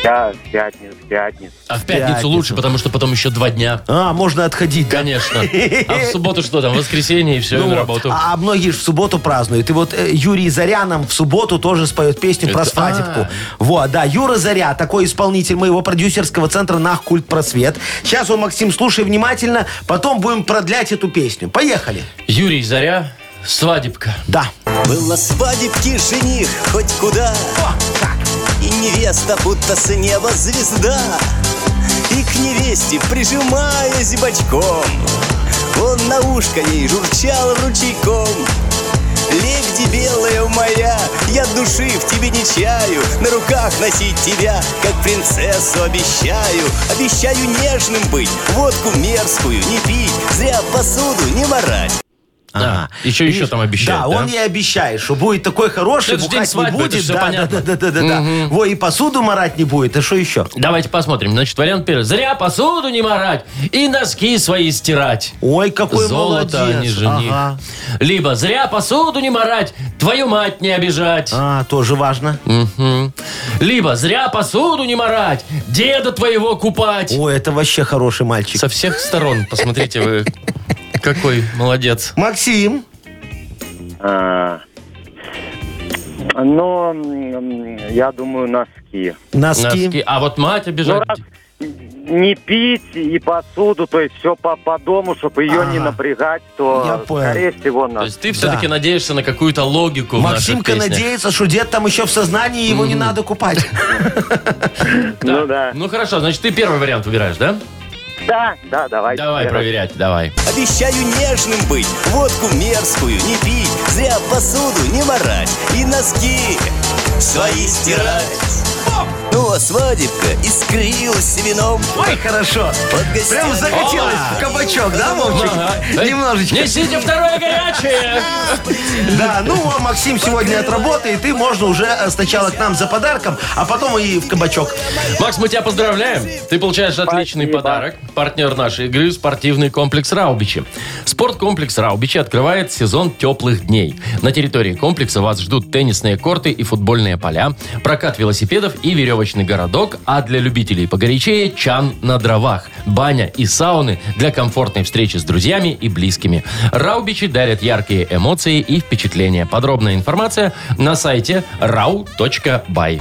Я в пятницу, в пятницу.
А в пятницу,
пятницу.
лучше, потому что потом еще два дня.
А, можно отходить, да?
Конечно. А в субботу что там? Воскресенье и все, на
Ну вот.
работу.
А, а многие же в субботу празднуют. И вот э, Юрий Заря нам в субботу тоже споет песню про
Это-
свадебку.
а.
Вот, да, Юра Заря, такой исполнитель моего продюсерского центра «Нах Культ Просвет». Сейчас он, Максим, слушай внимательно, потом будем продлять эту песню. Поехали.
Юрий Заря, свадебка.
Да.
Было свадебки жених хоть куда
О, так.
И невеста будто с неба звезда И к невесте, прижимаясь бочком Он на ушко ей журчал ручейком Лебеди белая моя, я души в тебе не чаю, на руках носить тебя, как принцессу обещаю. Обещаю нежным быть, водку мерзкую не пить, зря посуду не морать.
Да. Еще еще там обещают.
Да, он ей обещает, что будет такой хороший,
Это же день
бухать не
свадьбы, это
будет.
всё
Да, да,
понятно.
да, да, да, да, да. Во, и посуду марать не будет, а что еще?
Давайте посмотрим. Значит, вариант первый. Зря посуду не морать и носки свои стирать.
Ой, какой
Золото,
молодец.
а не жених.
Ага.
Либо зря посуду не морать, твою мать не обижать.
А, тоже важно.
Мгм. Либо зря посуду не морать, деда твоего купать.
Ой, это вообще хороший мальчик.
Со всех сторон, посмотрите вы. Какой молодец.
Максим,
А, Но м, я думаю носки.
носки.
Носки. А вот мать
Ну,
обижать.
раз не пить и посуду, то есть все по, по дому, чтобы ее не
Ага.
напрягать, то,
Я понял.
скорее всего,
То
нас.
есть ты все-таки надеешься на какую-то логику в наших
Максимка
песнях.
надеется, что дед там еще в сознании, его не
[laughs]
надо купать.
Ну да.
Ну хорошо, значит, ты первый вариант выбираешь, да?
Да, да, давай.
Давай проверять, давай.
Обещаю нежным быть, водку мерзкую не пить, зря посуду не морать и носки свои стирать. Ну а свадебка искрилась вином.
Ой, хорошо.
Под гостями
Прям захотелось в кабачок, да, Вовчик?
Эй,
Немножечко.
Несите второе горячее!
Да, ну, а Максим сегодня отработает, и можно уже э, сначала к нам за подарком, а потом и в кабачок.
Макс, мы тебя поздравляем. Ты получаешь отличный
Спасибо.
подарок. Партнер нашей игры – спортивный комплекс «Раубичи». Спорткомплекс «Раубичи» открывает сезон теплых дней. На территории комплекса вас ждут теннисные корты и футбольные поля, прокат велосипедов и веревочный городок, а для любителей погорячее – чан на дровах, баня и сауны для комфортной встречи с друзьями и близкими. «Раубичи» дарят яркие эмоции и впечатления. Подробная информация на сайте rau.by.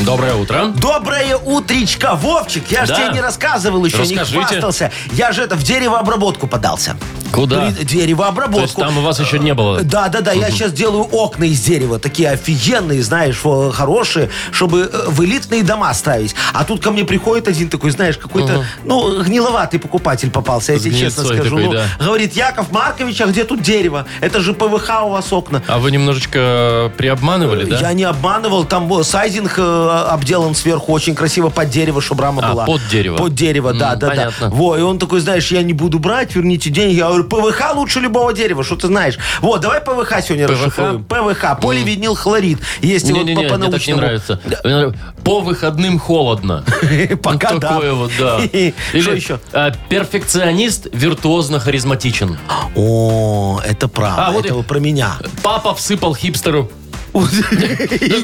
Доброе утро.
Доброе утречко, Вовчик. Я же
Да.
тебе не рассказывал еще,
Расскажите.
не хвастался. Я же это в деревообработку подался.
Куда?
При- Деревообработку.
То есть там у вас еще не было?
Э, Да, да, да. Я сейчас делаю окна из дерева, такие офигенные, знаешь, о, хорошие, чтобы э, в элитные дома ставить. А тут ко мне приходит один такой, знаешь, какой-то, ну, гниловатый покупатель попался, я тебе честно
Гнильцой
скажу.
такой,
Ну,
да.
Говорит, Яков Маркович, а где тут дерево? Это же ПВХ у вас окна.
А вы немножечко приобманывали, да?
Я не обманывал, там о, сайдинг э, обделан сверху очень красиво под дерево, чтобы рама
А,
была.
под дерево.
Под дерево, да,
М,
да,
понятно.
да. Во, и он такой, знаешь, я не буду брать, верните деньги. Я говорю, ПВХ лучше любого дерева, что ты знаешь. Вот, давай ПВХ сегодня
ПВХ?
расшифруем. ПВХ, поливинил хлорид. Если вот
Не-не-не,
по- по
мне так не
научному.
нравится. Мне нравится, По выходным холодно.
[laughs] Пока
Вот
да.
такое вот,
[laughs]
да.
Что еще?
э, перфекционист виртуозно харизматичен.
О, это правда.
А, вот
это
и-
вот про
[laughs]
меня.
Папа всыпал хипстеру. Да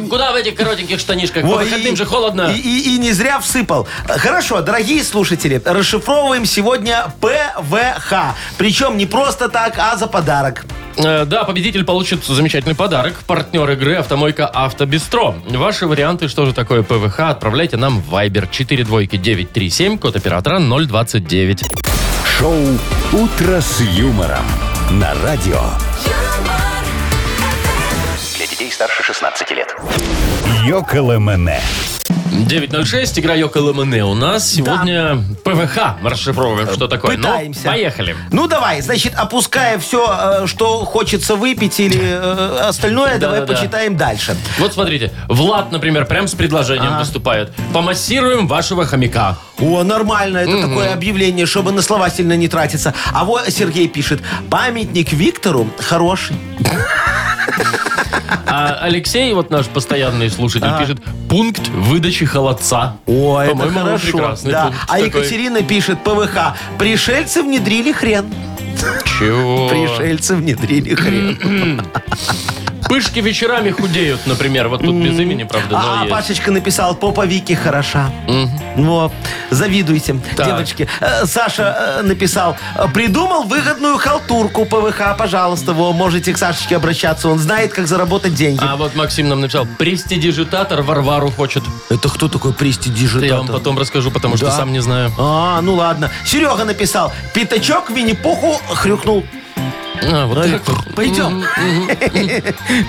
Куда в этих коротеньких штанишках? По
Во, и-
выходным же холодно.
И, и- и не зря всыпал. Хорошо, дорогие слушатели, расшифровываем сегодня ПВХ. Причем не просто так, а за подарок.
Э, Да, победитель получит замечательный подарок. Партнер игры «Автомойка Автобестро». Ваши варианты, что же такое ПВХ, отправляйте нам в Viber 42937, код оператора 029.
Шоу «Утро с юмором» на радио.
Для детей старше 16 лет.
Йоколэмэне.
9.06, игра Йоко у нас. Сегодня ПВХ расшифровываем, что такое. Ну,
Э, Пытаемся.
поехали.
Ну давай, значит, опуская все, что хочется выпить или э, остальное, давай
да.
почитаем дальше.
Вот смотрите, Влад, например, прям с предложением выступает. Помассируем вашего хомяка.
О, нормально, это такое объявление, чтобы на слова сильно не тратиться. А вот Сергей пишет, памятник Виктору хороший.
А
[laughs]
Алексей, вот наш постоянный слушатель, пишет пункт выдачи холодца.
О, это
По-моему, он
хорошо.
прекрасный
Да.
пункт
А
такой.
Екатерина пишет, ПВХ, пришельцы внедрили хрен.
Чего?
Пришельцы внедрили хрен.
Пышки вечерами худеют, например. Вот тут без имени, правда,
А,
но
а,
есть.
Пашечка написал, попа Вики хороша. Вот. Завидуйте,
Так.
девочки. Э, Саша э, написал, э, придумал выгодную халтурку ПВХ, пожалуйста. Во, можете к Сашечке обращаться, он знает, как заработать деньги.
А вот Максим нам написал, престидижитатор Варвару хочет.
Это кто такой
Это я вам
престидижитатор?
потом расскажу, потому что
Да.
сам не знаю.
А, ну ладно. Серега написал, пятачок Винни-Пуху хрюкнул.
А, вот так вот.
Пойдем. [laughs]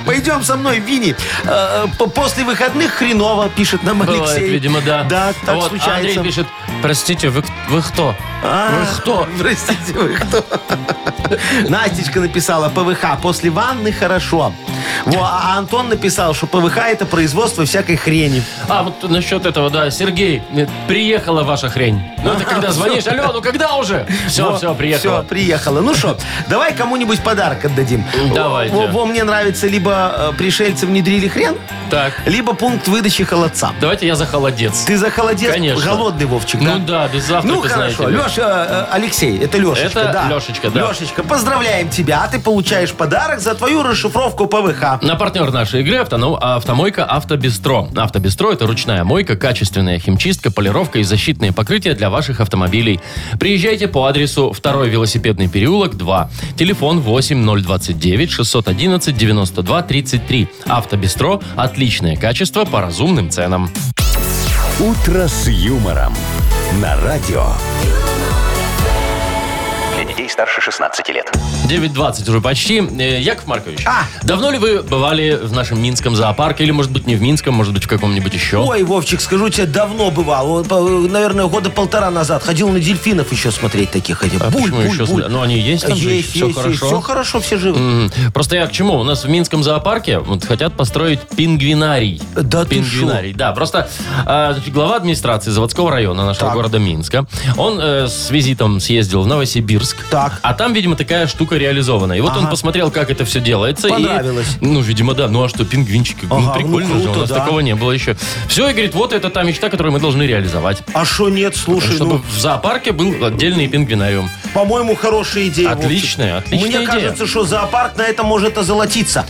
Пойдем со мной, Винни. Э, по- После выходных хреново, пишет нам Алексей.
Бывает, видимо, да.
Да, так
Вот, а
случается.
Андрей пишет, простите, вы, вы кто?
А,
Вы кто?
[laughs] Простите, вы кто? [laughs] Настечка написала ПВХ. После ванны хорошо. Во, а Антон написал, что ПВХ это производство всякой хрени.
А, вот насчет этого, да, Сергей, э, приехала ваша хрень. Ну, это когда звонишь, алло, ну когда уже? Все,
Во,
все, приехала.
Все, приехала. Ну что, давай кому-нибудь подарок отдадим.
Давайте.
Во, во, мне нравится, либо э, пришельцы внедрили хрен,
Так,
либо пункт выдачи холодца.
давайте я за холодец.
Ты за холодец
Конечно.
голодный, Вовчик, да?
Ну да, без завтрака,
Ну хорошо,
знаете ли.
Леша, э, Алексей, это Лешечка,
Это
да.
Лешечка, да.
Лешечка, поздравляем тебя, а ты получаешь подарок за твою расшифровку ПВХ.
На партнер нашей игры автоно- автомойка «Автобестро». «Автобестро» — это ручная мойка, качественная химчистка, полировка и защитные покрытия для ваших автомобилей. Приезжайте по адресу 2 велосипедный переулок, 2. Телефон 8029-611-92-33. «Автобестро» — отличное качество по разумным ценам.
«Утро с юмором» на радио.
Для детей старше 16 лет.
9.20 уже почти. Э, Яков Маркович,
А!
давно ли вы бывали в нашем Минском зоопарке? Или, может быть, не в Минском, может быть, в каком-нибудь еще?
Ой, Вовчик, скажу тебе, давно бывал. Вот, по- Наверное, года полтора назад ходил на дельфинов еще смотреть таких ходил.
А почему еще смотрят? Ну, они есть там же, все хорошо.
Все хорошо, все живы.
Мгм. Просто я к чему? У нас в Минском зоопарке вот, хотят построить пингвинарий.
Да ты
Пингвинарий, да. Просто а, значит, глава администрации заводского района нашего города Минска, он э, с визитом съездил в Новосибирск.
Так.
А там, видимо, такая штука реализована. И вот он посмотрел, как это все делается. и-
Понравилось.
ну, видимо, да. Ну, а что, пингвинчики?
Ага,
ну,
ну,
прикольно же. У
круто,
нас
да.
такого не было еще. Все, и говорит, вот это та мечта, которую мы должны реализовать.
А что нет, слушай,
Чтобы
ну,
в зоопарке был отдельный пингвинариум.
по-моему, хорошая идея. Вовчик.
Отличная, отличная
Мне
идея.
кажется, что зоопарк на этом может озолотиться.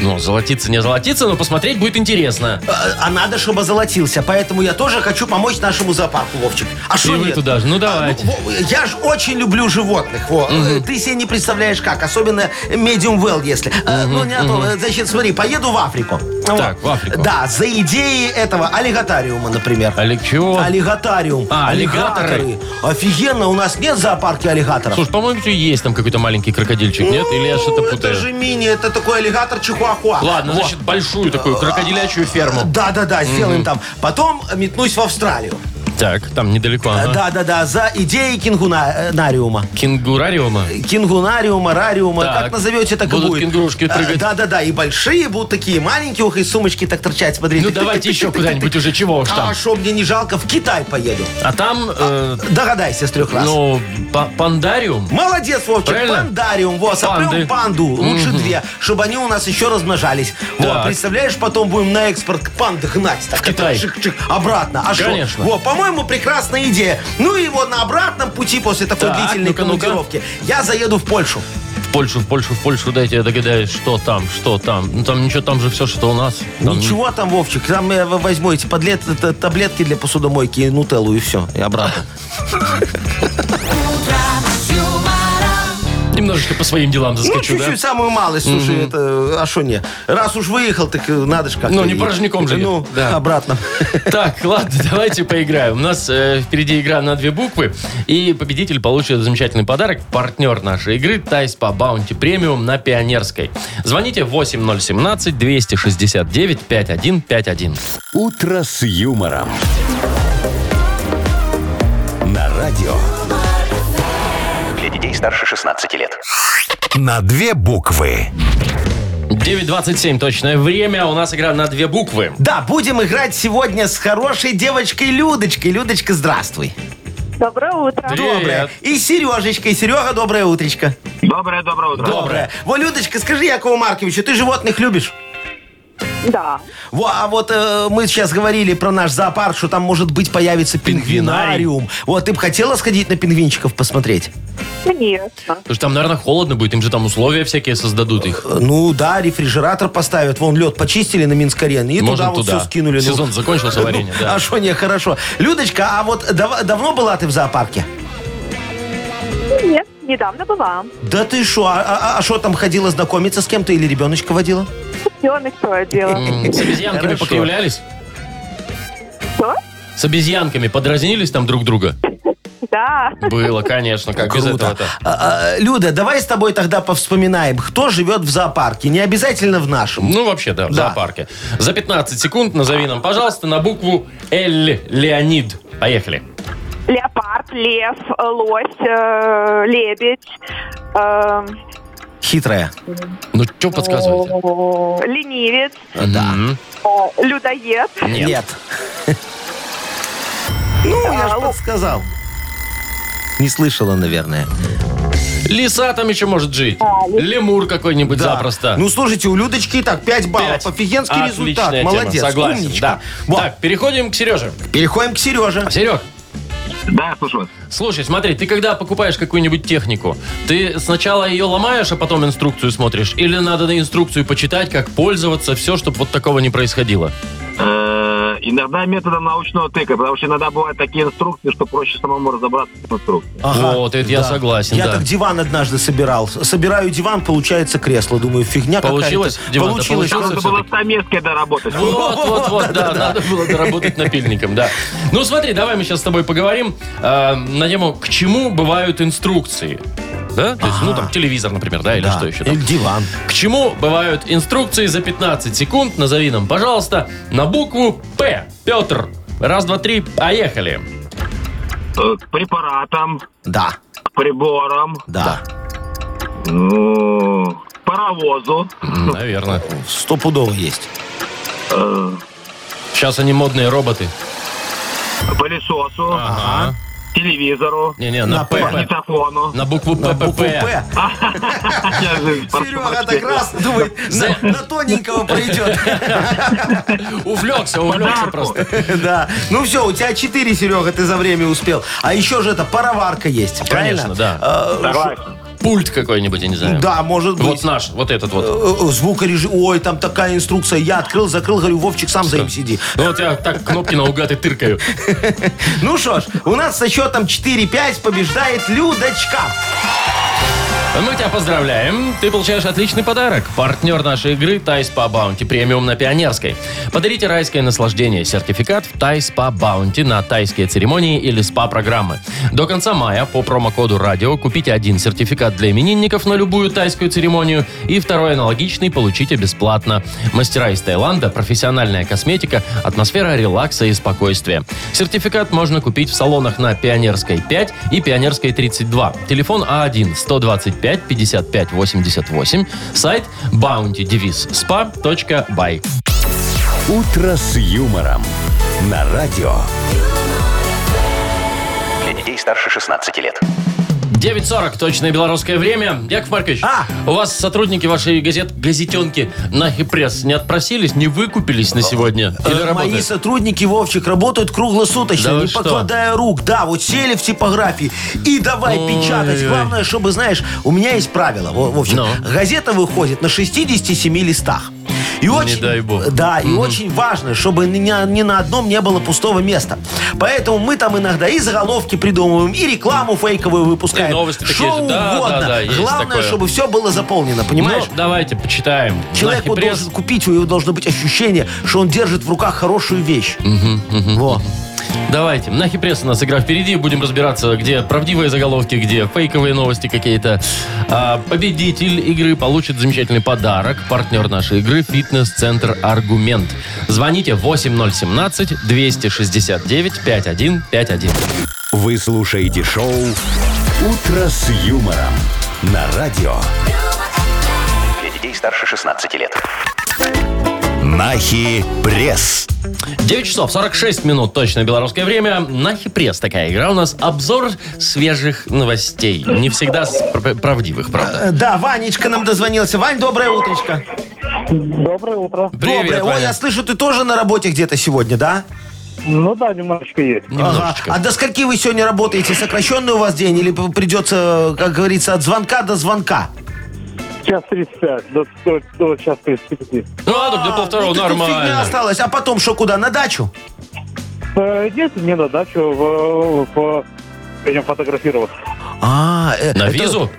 Ну, золотиться не золотиться, но посмотреть будет интересно.
А а надо, чтобы золотился. Поэтому я тоже хочу помочь нашему зоопарку, Вовчик. А что
вы
нет?
туда же. Ну, давайте.
ну, во, я же очень люблю животных. Во. Э, Ты себе не представляешь как. Особенно medium well, если. Э, ну, не то, э, значит, смотри, поеду в Африку.
Так, в Африку.
Да, за идеи этого аллигатариума, например.
Олег, чего?
Аллигатариум.
А, аллигаторы.
Офигенно, у нас нет зоопарки аллигаторов.
Слушай, по-моему, всё есть там какой-то маленький крокодильчик, нет? Или я что-то
Ну, Это
путаю?
же мини, это такой аллигатор чихуахуа.
Ладно,
Во.
значит, ну. большую такую крокодилячую ферму.
Да-да-да, сделаем там. Потом метнусь в Австралию.
Так, там недалеко, ага.
Э, Да-да-да, за идеи кингунариума.
Кенгурариума.
Кингунариума, рариума,
Так.
как назовете, так
Будут
и будет.
кенгурушки прыгать.
А, Да-да-да, и большие будут такие маленькие, ух, и сумочки так торчать, смотри.
Ну,
[laughs]
давайте еще куда-нибудь уже, чего уж
А
там.
что, мне не жалко, в Китай поеду.
А там, э,
Догадайся с трех раз.
ну, па- пандариум.
Молодец, Вовчик,
Правильно?
пандариум, во,
Панды.
сопрем панду, лучше две, чтобы они у нас еще размножались.
Так.
Вот, представляешь, потом будем на экспорт панды гнать. Так,
В Китай.
это чик-чик, обратно. А шо?
Конечно.
Во, по-моему, прекрасная идея. Ну и вот на обратном пути после такой
Так,
длительной
ну-ка, ну-ка.
командировки я заеду в Польшу.
В Польшу, в Польшу, в Польшу, дайте я догадаюсь, что там, что там. Ну, там ничего, там же все, что у нас. Там-
Ничего там, Вовчик, там я в- возьму эти подлет, т- таблетки для посудомойки и нутеллу, и все, и
[laughs]
обратно.
Немножечко по своим делам
Ну,
заскочу, да?
чуть-чуть, самую малость, слушай, это, а что не? Раз уж выехал, так э, надо ж как-то.
Ну, не
и-
порожняком же
Ну,
ехать, да.
обратно.
Так, ладно, [laughs] давайте поиграем. У нас э, впереди игра на две буквы. И победитель получит замечательный подарок. Партнер нашей игры Тайс по Баунти Премиум на Пионерской. Звоните 8017-269-5151.
«Утро с юмором» на радио.
Для детей старше 16 лет.
На две буквы.
9.27 точное время. У нас игра на две буквы.
Да, будем играть сегодня с хорошей девочкой Людочкой. Людочка, здравствуй.
Доброе утро.
Привет.
Доброе. И Сережечкой. Серега, доброе утречко.
Доброе, доброе утро.
Доброе.
Во, Людочка, скажи Якову Марковичу, ты животных любишь?
Да.
Во, а вот э, мы сейчас говорили про наш зоопарк, что там, может быть, появится пингвинариум. Вот, ты бы хотела сходить на пингвинчиков посмотреть?
Конечно.
Потому что там, наверное, холодно будет, им же там условия всякие создадут их.
Э, Ну да, рефрижератор поставят. Вон лед почистили на Минск-арене и
Можно
туда, вот
туда.
все скинули. [laughs] Ну,
Сезон закончился варенье, да.
А что не, хорошо. Людочка, а вот дав- давно была ты в зоопарке?
Ну, Нет, недавно была.
Да ты что, а что там ходила знакомиться с кем-то или ребеночка водила?
Ребеночка дело.
М, С обезьянками
Хорошо.
покривлялись?
Что?
С обезьянками подразнились там друг друга?
Да.
Было, конечно, как без этого-то.
А, а, Люда, давай с тобой тогда повспоминаем, кто живет в зоопарке. Не обязательно в нашем.
Ну, вообще, да, в
Да.
зоопарке. За 15 секунд назови нам, пожалуйста, на букву Л. Леонид. Поехали.
Леопард, лев, э, лось, э, лебедь, э,
Хитрая.
Ну, что подсказываете?
ленивец,
Да.
э, людоед,
Нет.
Ну, я же подсказал. Не слышала, наверное.
Лиса там еще может жить. Лемур какой-нибудь
Да.
запросто.
Ну, слушайте, у Людочки и так 5 баллов.
Пять.
Офигенский результат.
Отличная тема,
Молодец.
Согласен,
Умничка.
да.
Во,
Так, переходим к Сереже.
переходим к Сереже.
Серег,
Да, слушаю вас.
слушай, смотри, ты когда покупаешь какую-нибудь технику, ты сначала ее ломаешь, а потом инструкцию смотришь? Или надо на инструкцию почитать, как пользоваться, все, чтобы вот такого не происходило?
Э, Иногда методом научного тыка, потому что иногда бывают такие инструкции, что проще самому разобраться с инструкцией.
Вот, это я согласен,
Я
да.
так диван однажды собирал. Собираю диван, получается кресло. Думаю, фигня
Получилось?
какая-то.
Диван-то
Получилось.
получился?
Надо было стамеской доработать.
Вот, вот, вот, да, надо было доработать напильником, да. Ну смотри, давай мы сейчас с тобой поговорим э, на тему, к чему бывают инструкции. Да? То есть, ну там телевизор, например, да, или
Да.
что еще там.
Или диван.
К чему бывают инструкции за 15 секунд? Назови нам, пожалуйста, на букву П. Петр. Раз, два, три, поехали.
Э, К препаратам,
Да,
к приборам,
да.
э, к паровозу.
Наверное.
Стопудово есть.
э,
Сейчас они модные роботы.
пылесосу,
Ага.
телевизору,
Не-не, на
На
П.
П.
П.
магнитофону.
На букву
На букву
ППП.
«П».
Я же
А,
Серега так
проспорчил.
раз думает, на, на тоненького пройдет.
Увлекся, увлекся
Подарку.
просто.
[laughs] Да. Ну все, у тебя 4, Серега, ты за время успел. А еще же это пароварка есть,
Конечно,
правильно? А,
да.
Согласен.
Пульт какой-нибудь, я не знаю.
Да, может
Вот
быть.
наш, вот этот вот.
Звукорежим. Ой, там такая инструкция. Я открыл, закрыл, говорю, Вовчик, сам за им сиди.
Ну вот я так кнопки наугад и тыркаю.
Ну что ж, у нас со счетом 4-5 побеждает Людочка.
Мы тебя поздравляем. Ты получаешь отличный подарок. Партнер нашей игры Тайс по Баунти премиум на Пионерской. Подарите райское наслаждение. Сертификат в Тайс по Баунти на тайские церемонии или СПА-программы. До конца мая по промокоду радио купите один сертификат для именинников на любую тайскую церемонию и второй аналогичный получите бесплатно. Мастера из Таиланда, профессиональная косметика, атмосфера релакса и спокойствия. Сертификат можно купить в салонах на Пионерской 5 и Пионерской 32. Телефон А А1-125-55-88. Сайт bountydevizspa.by
«Утро с юмором» на радио.
Для детей старше 16 лет.
9.40, точное белорусское время. Яков Маркович,
А!
у вас сотрудники вашей газет, газетенки на пресс не отпросились, не выкупились на сегодня? Или
Э, Мои
работают?
сотрудники, Вовчик, работают круглосуточно,
Да вы
не
что?
покладая рук. Да, вот сели в типографии и давай печатать. Главное, чтобы, знаешь, у меня есть правило, Во- Вовчик.
Ну.
Газета выходит на 67 листах. И очень,
дай бог.
Да, и очень важно, чтобы ни, на- ни на одном не было пустого места. Поэтому мы там иногда и заголовки придумываем, и рекламу фейковую выпускаем.
И новости такие
Что
же. Да, да,
угодно.
да, есть
Главное,
такое.
чтобы все было заполнено, понимаешь?
Ну, давайте почитаем.
Человеку
Нахи пресс.
должен купить, у него должно быть ощущение, что он держит в руках хорошую вещь. Во.
Давайте. Нахи пресс у нас игра впереди. Будем разбираться, где правдивые заголовки, где фейковые новости какие-то. А, победитель игры получит замечательный подарок. Партнер нашей игры – фитнес-центр «Аргумент». Звоните 8017-269-5151.
Вы слушаете шоу «Утро с юмором» на радио.
Для детей старше 16 лет.
Нахи пресс.
9 часов 46 минут, точно белорусское время. Нахи пресс такая игра у нас. Обзор свежих новостей. Не всегда с- пр- правдивых, правда.
Э, Да, Ванечка нам дозвонился. Вань, доброе утречко.
Доброе утро.
Привет,
Доброе. Ой, я
Ваня.
слышу, ты тоже на работе где-то сегодня, да?
Ну да, немножечко есть.
Немножечко.
Ага. А до скольки вы сегодня работаете? Сокращенный у вас день или п- придется, как говорится, от звонка до звонка?
Час 35, до, до, до час 35.
Ну ладно, до полвторого
Ну, так тут Фигня
нормально.
осталась. А потом что, куда? На дачу?
Э, Нет, мне на дачу в, в- пойдем фотографироваться.
А, э,
На
это-
визу?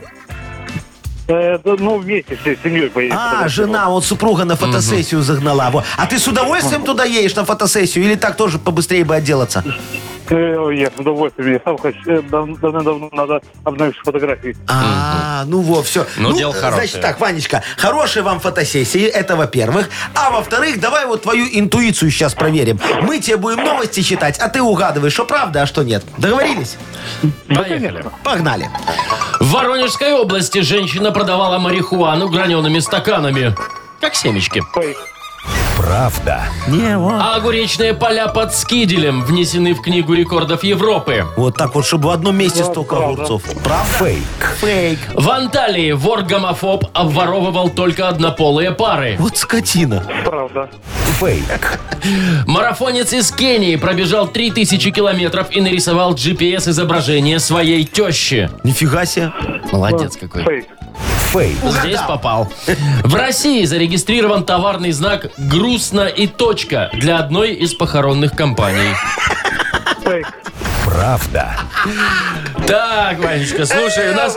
Э, да, ну, вместе всей семьей поедем.
А,
фотографироваться.
жена, вот супруга на фотосессию загнала. Во. А ты с удовольствием туда едешь на фотосессию или так тоже побыстрее бы отделаться?
Э, Я с удовольствием. Я сам хочу. э, дав- Давным-давно надо обновить фотографии.
А, ну во, все.
Ну, дело хорошее.
Значит так, Ванечка, хорошие вам фотосессии, это во-первых. А во-вторых, давай вот твою интуицию сейчас проверим. Мы тебе будем новости читать, а ты угадываешь, что правда, а что нет. Договорились?
Поехали.
Погнали.
В Воронежской области женщина продавала марихуану гранеными стаканами. Как семечки.
Ой,
Правда.
А огуречные поля под Скиделем внесены в Книгу рекордов Европы.
Вот так вот, чтобы в одном месте столько огурцов. Правда?
Фейк.
Фейк.
В Анталии вор-гомофоб обворовывал только однополые пары.
Вот скотина.
правда.
Фейк.
Марафонец из Кении пробежал 3000 километров и нарисовал GPS-изображение своей тещи.
Нифига себе.
Молодец какой.
Фейк.
Фейк.
Здесь попал. В России зарегистрирован товарный знак «Грустно и точка» для одной из похоронных компаний.
Фейк.
Правда.
Так, Ванечка, слушай, у нас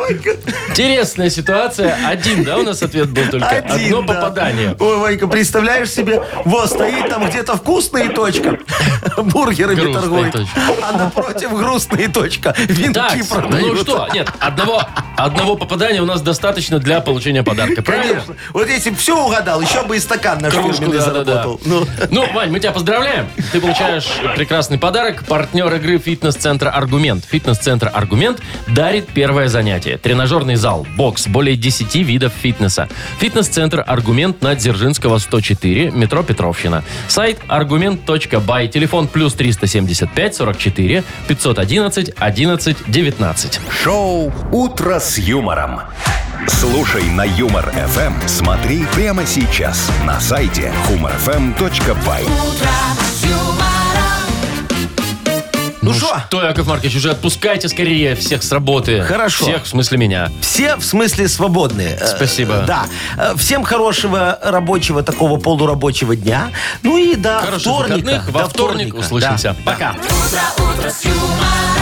интересная ситуация. Один, да, у нас ответ был только?
Один,
Одно
да.
попадание.
Ой, Ванька, представляешь себе, вот стоит там где-то вкусная точка, бургерами
Грустная
торгует,
точка.
а напротив грустная точка,
Так,
винки
ну
продают.
что, нет, одного, одного попадания у нас достаточно для получения подарка, правильно?
Конечно. Вот если бы все угадал, еще бы и стакан наш
Кружку,
фирменный
да, да, да.
заработал. Ну.
Ну, Вань, мы тебя поздравляем. Ты получаешь прекрасный подарок. Партнер игры «Фитнес-центр Аргумент». «Фитнес-центр Аргумент» дарит первое занятие. Тренажерный зал, бокс, более 10 видов фитнеса. «Фитнес-центр Аргумент» на Дзержинского, 104, метро Петровщина. Сайт аргумент.бай, телефон плюс 375 44 511 11 19.
Шоу «Утро с юмором». Слушай на Юмор ФМ. Смотри прямо сейчас на сайте humorfm.by.
Ну что,
То, Яков Маркович, уже отпускайте скорее всех с работы.
Хорошо.
Всех, в смысле меня.
все в смысле свободные. Э,
Спасибо.
Да. Э, Всем хорошего рабочего, такого полурабочего дня. Ну и до
Хороших
вторника.
выходных.
До
Во вторник
вторника.
услышимся.
Да.
Пока.
Утро, утро с юмором.